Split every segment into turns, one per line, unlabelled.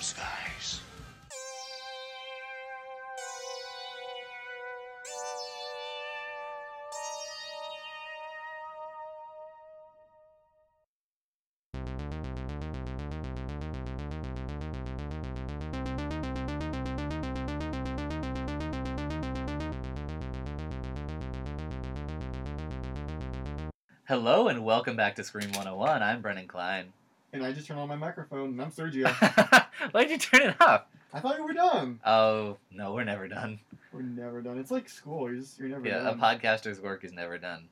skies.
Hello and welcome back to Scream 101. I'm Brennan Klein.
And I just turned on my microphone, and I'm Sergio.
Why'd you turn it off?
I thought we were done.
Oh, no, we're never done.
We're never done. It's like school. You're just you're never
Yeah, a
done.
podcaster's work is never done.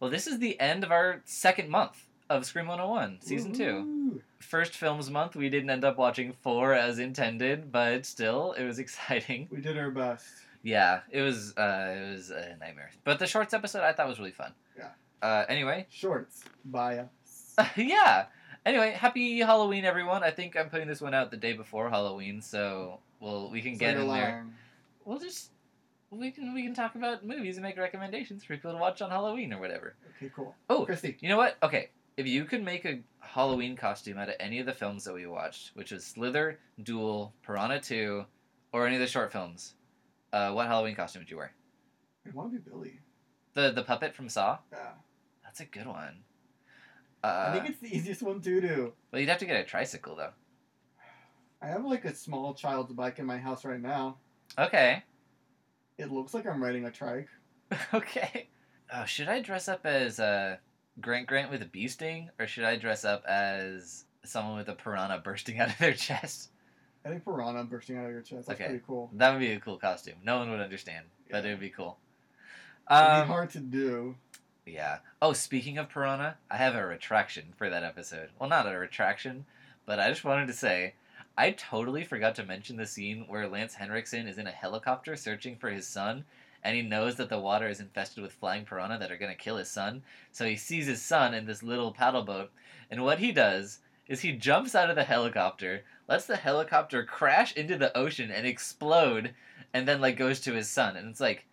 Well, this is the end of our second month of Scream 101, season two.
Woo-hoo.
First films month, we didn't end up watching four as intended, but still, it was exciting.
We did our best.
Yeah, it was uh, it was a nightmare. But the shorts episode I thought was really fun.
Yeah.
Uh, anyway,
Shorts by us.
yeah. Anyway, happy Halloween, everyone. I think I'm putting this one out the day before Halloween, so well we can
So
get
you're
in there.
lying.
We'll just we can we can talk about movies and make recommendations for people to watch on Halloween or whatever.
Okay, cool.
Oh,
Christy.
you know what? Okay, if you could make a Halloween costume out of any of the films that we watched, which was Slither, Duel, Piranha Two, or any of the short films, uh, what Halloween costume would you wear?
I want to be Billy.
The the puppet from Saw.
Yeah.
That's a good one.
I
Uh,
think it's the easiest one to do.
well, you'd have to get a tricycle though.
I have like a small child's bike in my house right now.
Okay.
It looks like I'm riding a trike.
Okay. Oh, should I dress up as uh, Grant Grant with a bee sting, or should I dress up as someone with a piranha bursting out of their chest?
I think piranha bursting out of your chest. That's
Okay.
pretty cool.
That would be a cool costume. No one would understand, but
Yeah.
it would be cool.
It'd be
Um,
hard to do.
yeah. Oh, speaking of piranha, I have a retraction for that episode. Well, not a retraction, but I just wanted to say. I totally forgot to mention the scene where Lance Henriksen is in a helicopter searching for his son, and he knows that the water is infested with flying piranha that are going to kill his son. So he sees his son in this little paddle boat, and what he does is he jumps out of the helicopter, lets the helicopter crash into the ocean and explode, and then like goes to his son. And it's like,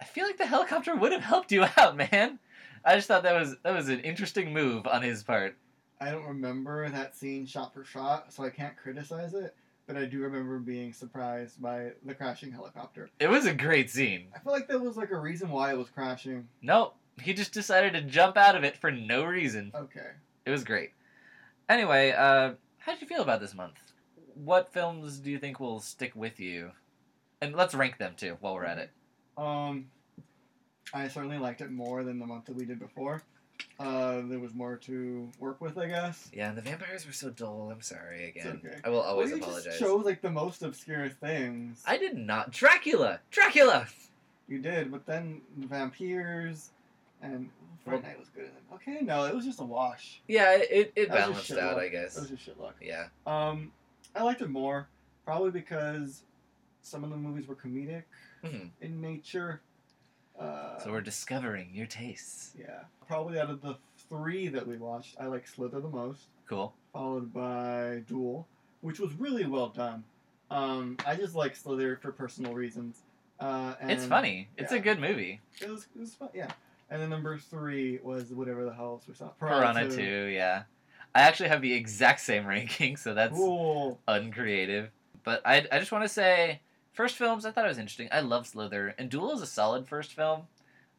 I feel like the helicopter would have helped you out, man. I just thought that was that was an interesting move on his part.
I don't remember that scene shot for shot, so I can't criticize it. But I do remember being surprised by the crashing helicopter.
It was a great scene.
I feel like there was like a reason why it was crashing.
Nope. He just decided to jump out of it for no reason.
Okay.
It was great. Anyway, uh, how'd you feel about this month? What films do you think will stick with you? And let's rank them too while we're at it.
Um, I certainly liked it more than the month that we did before. Uh, there was more to work with, I guess.
Yeah, and the vampires were so dull. I'm sorry again.
okay.
I will always
Well, you
apologize.
Just chose like the most obscure things.
I did not. Dracula! Dracula!
You did, but then vampires and Friday Night was good. And then, okay, no, it was just a wash.
Yeah, it, it
That was
balanced
just shit
out,
luck.
I
It was
guess.
just shit luck.
Yeah.
Um, I liked it more, probably because some of the movies were comedic
Mhm.
in nature. Uh,
So we're discovering your tastes.
yeah, probably out of the three that we watched, I like Slither the most,
Cool.
followed by Duel, which was really well done. Um, I just like Slither for personal reasons. Uh, and
it's funny. It's a
yeah.
good movie.
It was, it was fun, yeah. And then number three was whatever the hell we saw.
Piranha 2, yeah. I actually have the exact same ranking, so that's
Cool.
uncreative. But I, I just want to say, first films, I thought it was interesting. I love Slither, and Duel is a solid first film,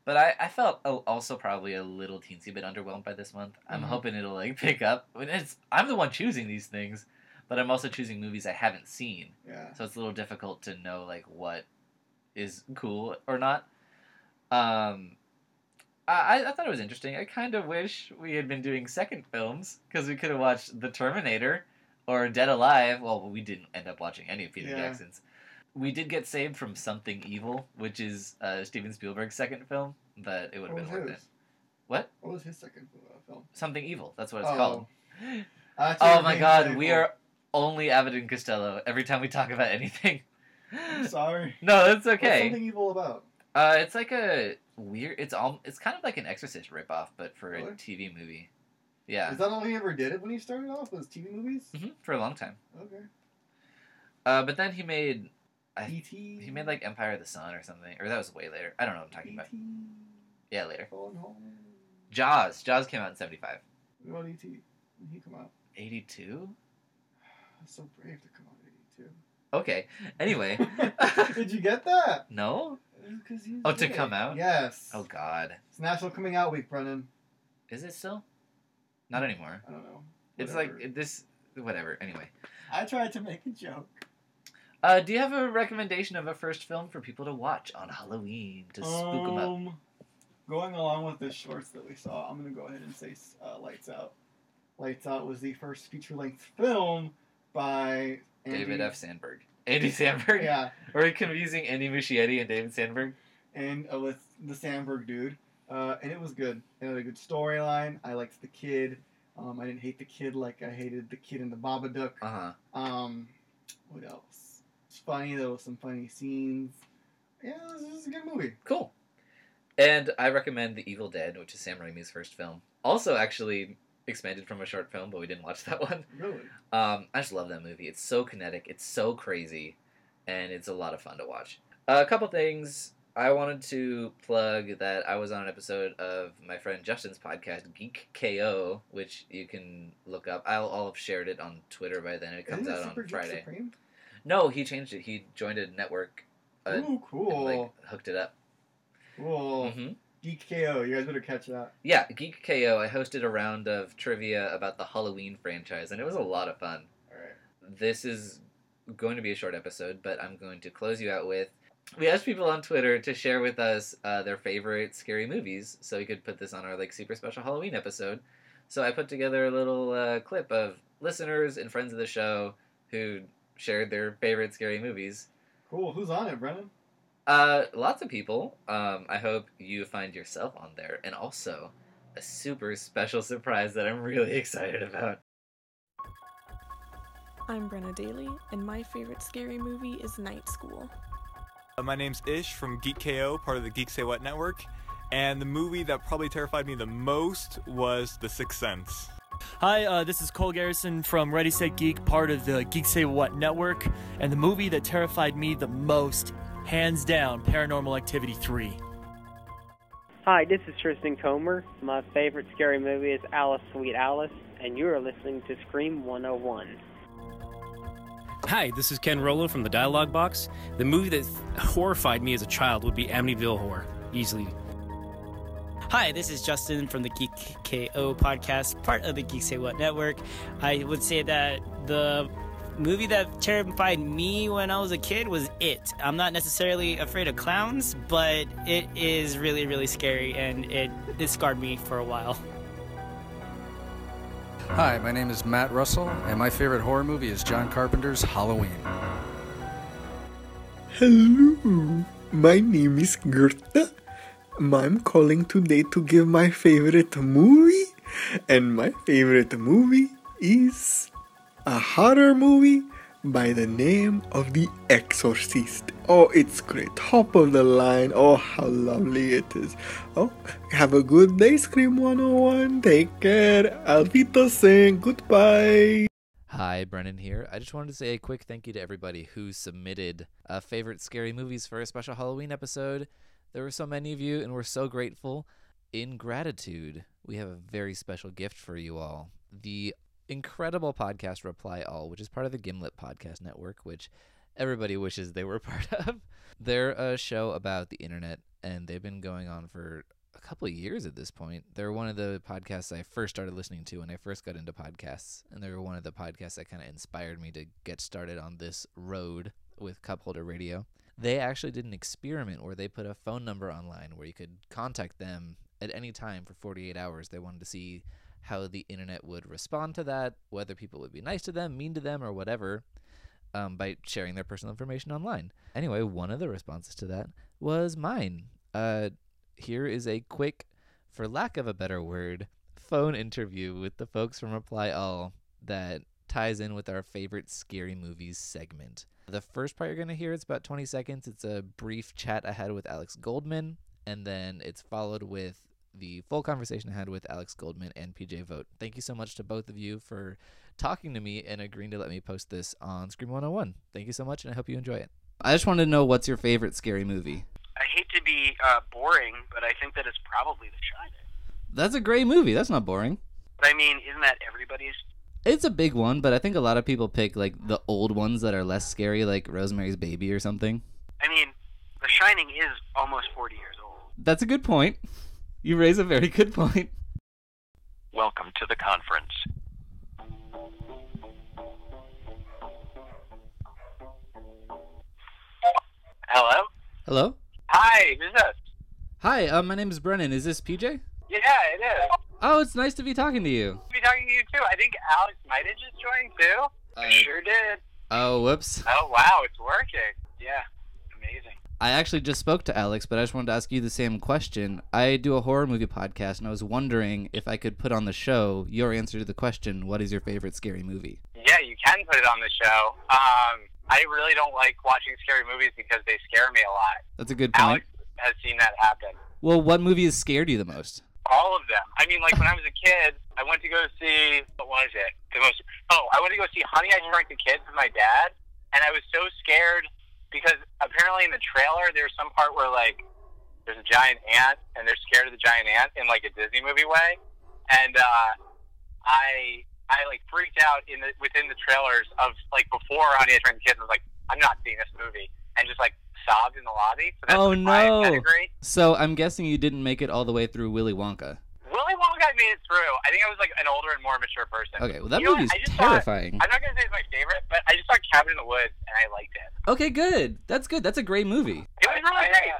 but I, I felt a, also probably a little teensy bit underwhelmed by this month. I'm
Mhm.
hoping it'll like pick up. When it's I'm the one choosing these things, but I'm also choosing movies I haven't seen,
Yeah.
so it's a little difficult to know like what is cool or not. Um. I, I- I thought it was interesting. I kind of wish we had been doing second films because we could have watched The Terminator or Dead Alive. Well, we didn't end up watching any of Peter
Yeah.
Jackson's. We did get saved from Something Evil, which is uh, Steven Spielberg's second film, but it would have
What was
been worth it.
his?
What?
What was his second uh, film?
Something Evil. That's what it's
Oh.
called.
Uh,
Oh
Terminator
my God,
Evil.
we are only Abbott and Costello every time we talk about anything.
I'm sorry.
no, that's
What's
okay.
something evil about?
Uh, it's like a weird. It's all. It's kind of like an Exorcist ripoff, but for a
Really?
TV movie. Yeah,
Is that all he ever did it when he started off? Was TV movies?
hmm for a long time.
Okay. E
Uh, but then he made I-
E.T.
he made like Empire of the Sun or something, or that was way later. I don't know what I'm talking about.
E.T.
Yeah, later.
Going home.
Jaws. Jaws came out in 75.
E What about E.T.? When he come out?
82?
So brave to come out
Okay. Anyway.
at 82. Did you get that?
no?
Because you.
Oh, to
did.
come out?
Yes.
Oh, God.
It's National Coming Out Week, Brennan.
Is it still? Not anymore.
I don't know.
It's
Whatever.
like this. Whatever. Anyway.
I tried to make a joke.
Uh, do you have a recommendation of a first film for people to watch on Halloween to spook them up?
Um, Going along with the shorts that we saw, I'm going to go ahead and say uh, Lights Out. Lights Out was the first feature length film by Andy,
David F. Sandberg. Andy Sandberg?
Yeah,
Are we confusing Andy Muschietti and David Sandberg?
and uh, with the Sandberg dude. Uh, and it was good. It had a good storyline. I liked the kid. Um, I didn't hate the kid like I hated the kid in the Babadook.
Uh huh.
Um, what else? It's funny. There was some funny scenes. Yeah, this is a good movie.
Cool. And I recommend The Evil Dead, which is Sam Raimi's first film. Also, actually expanded from a short film, but we didn't watch that one.
Really?
Um, I just love that movie. It's so kinetic, it's so crazy, and it's a lot of fun to watch. a couple things I wanted to plug that I was on an episode of my friend Justin's podcast, Geek KO, which you can look up. I'll, I'll have shared it on Twitter by then. It comes
Isn't it
out
Super
on
Geek
Friday.
Supreme?
No, he changed it. He joined a network uh,
Ooh,
and
cool.
like hooked it up.
Cool.
hmm
Geek KO, you guys better catch that.
Yeah, Geek KO. I hosted a round of trivia about the Halloween franchise, and it was a lot of fun.
Alright.
This is going to be a short episode, but I'm going to close you out with. We asked people on Twitter to share with us uh, their favorite scary movies, so we could put this on our like super special Halloween episode. So I put together a little uh, clip of listeners and friends of the show who shared their favorite scary movies.
Cool. Who's on it, Brennan?
Uh, lots of people. Um, I hope you find yourself on there, and also a super special surprise that I'm really excited about.
I'm Brenna Daly, and my favorite scary movie is Night School.
Uh, My name's Ish from Geek KO, part of the Geek Say What network, and the movie that probably terrified me the most was The Sixth Sense.
Hi, uh, this is Cole Garrison from Ready Set Geek, part of the Geek Say What network, and the movie that terrified me the most, hands down, Paranormal Activity 3.
Hi, this is Tristan Comer. My favorite scary movie is Alice Sweet Alice, and you are listening to Scream 101.
Hi, this is Ken Rolo from the Dialogue Box. The movie that horrified me as a child would be Amityville Horror, easily.
Hi, this is Justin from the Geek KO podcast, part of the Geek Say What network. I would say that the movie that terrified me when I was a kid was It. I'm not necessarily afraid of clowns, but it is really, really scary and it, it scarred me for a while.
Hi, my name is Matt Russell, and my favorite horror movie is John Carpenter's Halloween.
Hello, my name is Gerta. I'm calling today to give my favorite movie, and my favorite movie is a horror movie by the name of The Exorcist. Oh, it's great. Top of the line. Oh, how lovely it is. Oh, have a good day, Scream 101. Take care. Alvito saying goodbye.
Hi, Brennan here. I just wanted to say a quick thank you to everybody who submitted uh, favorite scary movies for a special Halloween episode. There were so many of you, and we're so grateful. In gratitude, we have a very special gift for you all the incredible podcast Reply All, which is part of the Gimlet Podcast Network, which everybody wishes they were part of. They're a show about the internet, and they've been going on for a couple of years at this point. They're one of the podcasts I first started listening to when I first got into podcasts, and they were one of the podcasts that kind of inspired me to get started on this road with Cupholder Radio. They actually did an experiment where they put a phone number online where you could contact them at any time for 48 hours. They wanted to see how the internet would respond to that, whether people would be nice to them, mean to them, or whatever, um, by sharing their personal information online. Anyway, one of the responses to that was mine. Uh, here is a quick, for lack of a better word, phone interview with the folks from Reply All that ties in with our favorite scary movies segment. The first part you're going to hear it's about 20 seconds. It's a brief chat I had with Alex Goldman, and then it's followed with the full conversation I had with Alex Goldman and PJ Vote. Thank you so much to both of you for talking to me and agreeing to let me post this on Scream 101. Thank you so much, and I hope you enjoy it. I just wanted to know what's your favorite scary movie?
I hate to be uh, boring, but I think that it's probably The Shining.
That's a great movie. That's not boring.
But I mean, isn't that everybody's?
It's a big one, but I think a lot of people pick like the old ones that are less scary, like Rosemary's Baby or something.
I mean, The Shining is almost 40 years old.
That's a good point. You raise a very good point.
Welcome to the conference.
Hello?
Hello?
Hi, who's this?
Hi, uh, my name is Brennan. Is this PJ?
Yeah, it is.
Oh, it's nice to be talking to you.
Be talking to you too. I think Alex might have just joined too.
Uh,
I sure did.
Oh, whoops.
Oh wow, it's working. Yeah, amazing.
I actually just spoke to Alex, but I just wanted to ask you the same question. I do a horror movie podcast, and I was wondering if I could put on the show your answer to the question, What is your favorite scary movie?
Yeah, you can put it on the show. Um, I really don't like watching scary movies because they scare me a lot.
That's a good point.
I've seen that happen.
Well, what movie has scared you the most?
All of them. I mean, like when I was a kid, I went to go see what was it? The most oh, I went to go see Honey I Shrunk the Kids with my dad, and I was so scared because apparently in the trailer there's some part where like there's a giant ant and they're scared of the giant ant in like a Disney movie way, and uh, I I like freaked out in the within the trailers of like before Honey I Shrunk the Kids. I was like, I'm not seeing this movie, and just like sobbed in the lobby. So that's
oh
like, my
no!
category.
So I'm guessing you didn't make it all the way through Willy Wonka.
Willy Wonka I made it through. I think I was like an older and more mature person.
Okay, well that
You know
movie's
what? I just saw-
terrifying.
I'm not gonna say it's my favorite, but I just saw Cabin in the Woods and I liked it.
Okay, good. That's good. That's a great movie.
It was really great.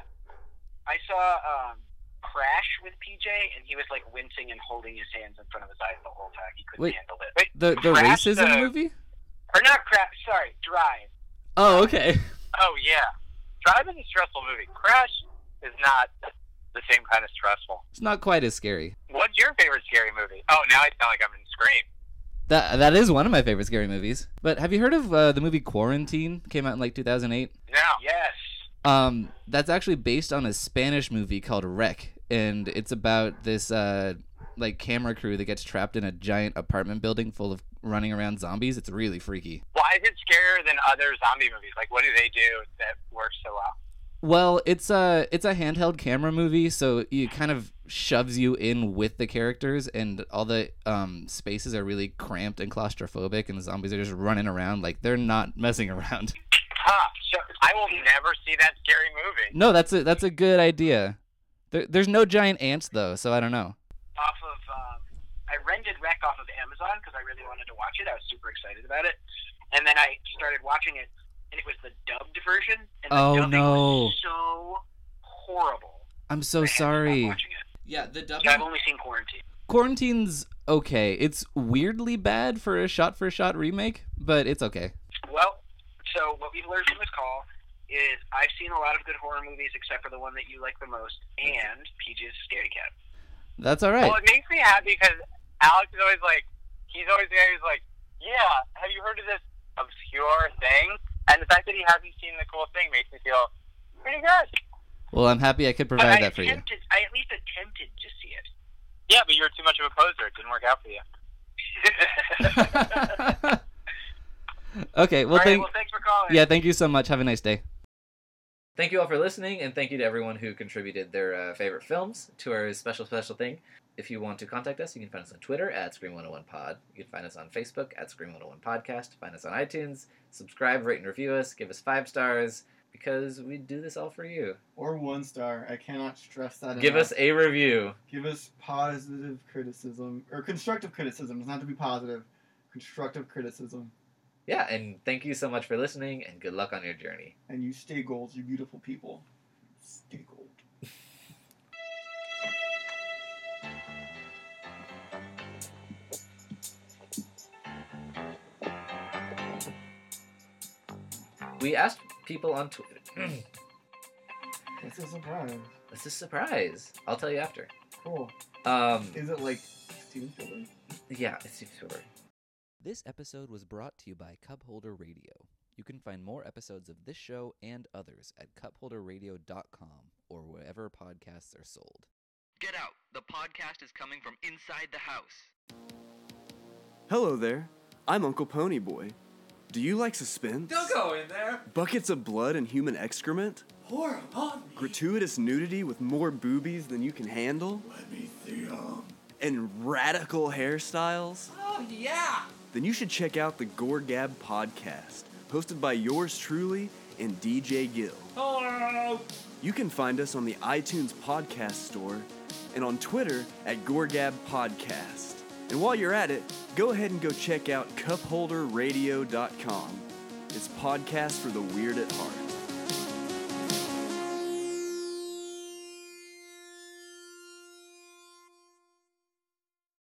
I saw um, Crash with PJ, and he was like wincing and holding his hands in front of his eyes the whole time. He couldn't
Wait,
handle it.
the the
Crash
racism
the-
movie?
Or not Crash? Sorry, Drive.
Oh, okay.
Oh yeah, Drive is a stressful movie. Crash is not the same kind of stressful.
It's not quite as scary.
What's your favorite scary movie? Oh, now I sound like I'm in Scream.
That that is one of my favorite scary movies. But have you heard of uh, the movie Quarantine? Came out in like 2008.
No. Yes.
Um, that's actually based on a Spanish movie called Wreck, and it's about this uh like camera crew that gets trapped in a giant apartment building full of running around zombies. It's really freaky.
Why is it scarier than other zombie movies? Like, what do they do that works so well?
Well, it's a it's a handheld camera movie, so it kind of shoves you in with the characters, and all the um, spaces are really cramped and claustrophobic, and the zombies are just running around like they're not messing around.
Huh. So I will never see that scary movie.
No, that's a that's a good idea. There, there's no giant ants though, so I don't know.
Off of, um, I rented Wreck off of Amazon because I really wanted to watch it. I was super excited about it, and then I started watching it, and it was the dubbed version, and the
Oh,
dubbing
no.
was so horrible.
I'm so sorry. Yeah, the dubbing.
I've only seen Quarantine.
Quarantine's okay. It's weirdly bad for a shot for shot remake, but it's okay.
Well, so what we've learned from this call is I've seen a lot of good horror movies except for the one that you like the most, and PJ's Scary Cat.
That's all right.
Well, it makes me happy because Alex is always like, he's always the guy who's like, yeah, have you heard of this obscure thing? And the fact that he hasn't seen the cool thing makes me feel pretty good.
Well, I'm happy I could provide that for you.
I at least attempted to see it. Yeah, but you were too much of a poser. It didn't work out for you.
Okay, well,
All right,
thank-
well, thanks for calling.
Yeah, thank you so much. Have a nice day.
Thank you all for listening, and thank you to everyone who contributed their uh, favorite films to our special, special thing. If you want to contact us, you can find us on Twitter at Scream101pod. You can find us on Facebook at Scream101podcast. Find us on iTunes. Subscribe, rate, and review us. Give us five stars because we do this all for you.
Or one star. I cannot stress that
Give
enough.
us a review.
Give us positive criticism or constructive criticism. It's not to be positive. Constructive criticism.
Yeah, and thank you so much for listening, and good luck on your journey.
And you stay gold, you beautiful people. Stay gold.
We asked people on Twitter.
It's a surprise.
it's a surprise. I'll tell you after.
Cool.
Um,
Is it like Steven Spielberg?
yeah, it's super.
This episode was brought to you by Cupholder Radio. You can find more episodes of this show and others at cupholderradio.com or wherever podcasts are sold.
Get out. The podcast is coming from inside the house.
Hello there. I'm Uncle Ponyboy. Do you like suspense?
go in there.
Buckets of blood and human excrement?
Pour upon me.
Gratuitous nudity with more boobies than you can handle? And radical hairstyles?
Oh, yeah.
then you should check out the Gore Gab podcast, hosted by yours truly and DJ Gill.
Hello.
You can find us on the iTunes Podcast Store and on Twitter at Gorgab Podcast. And while you're at it, go ahead and go check out cupholderradio.com. It's podcast for the weird at heart.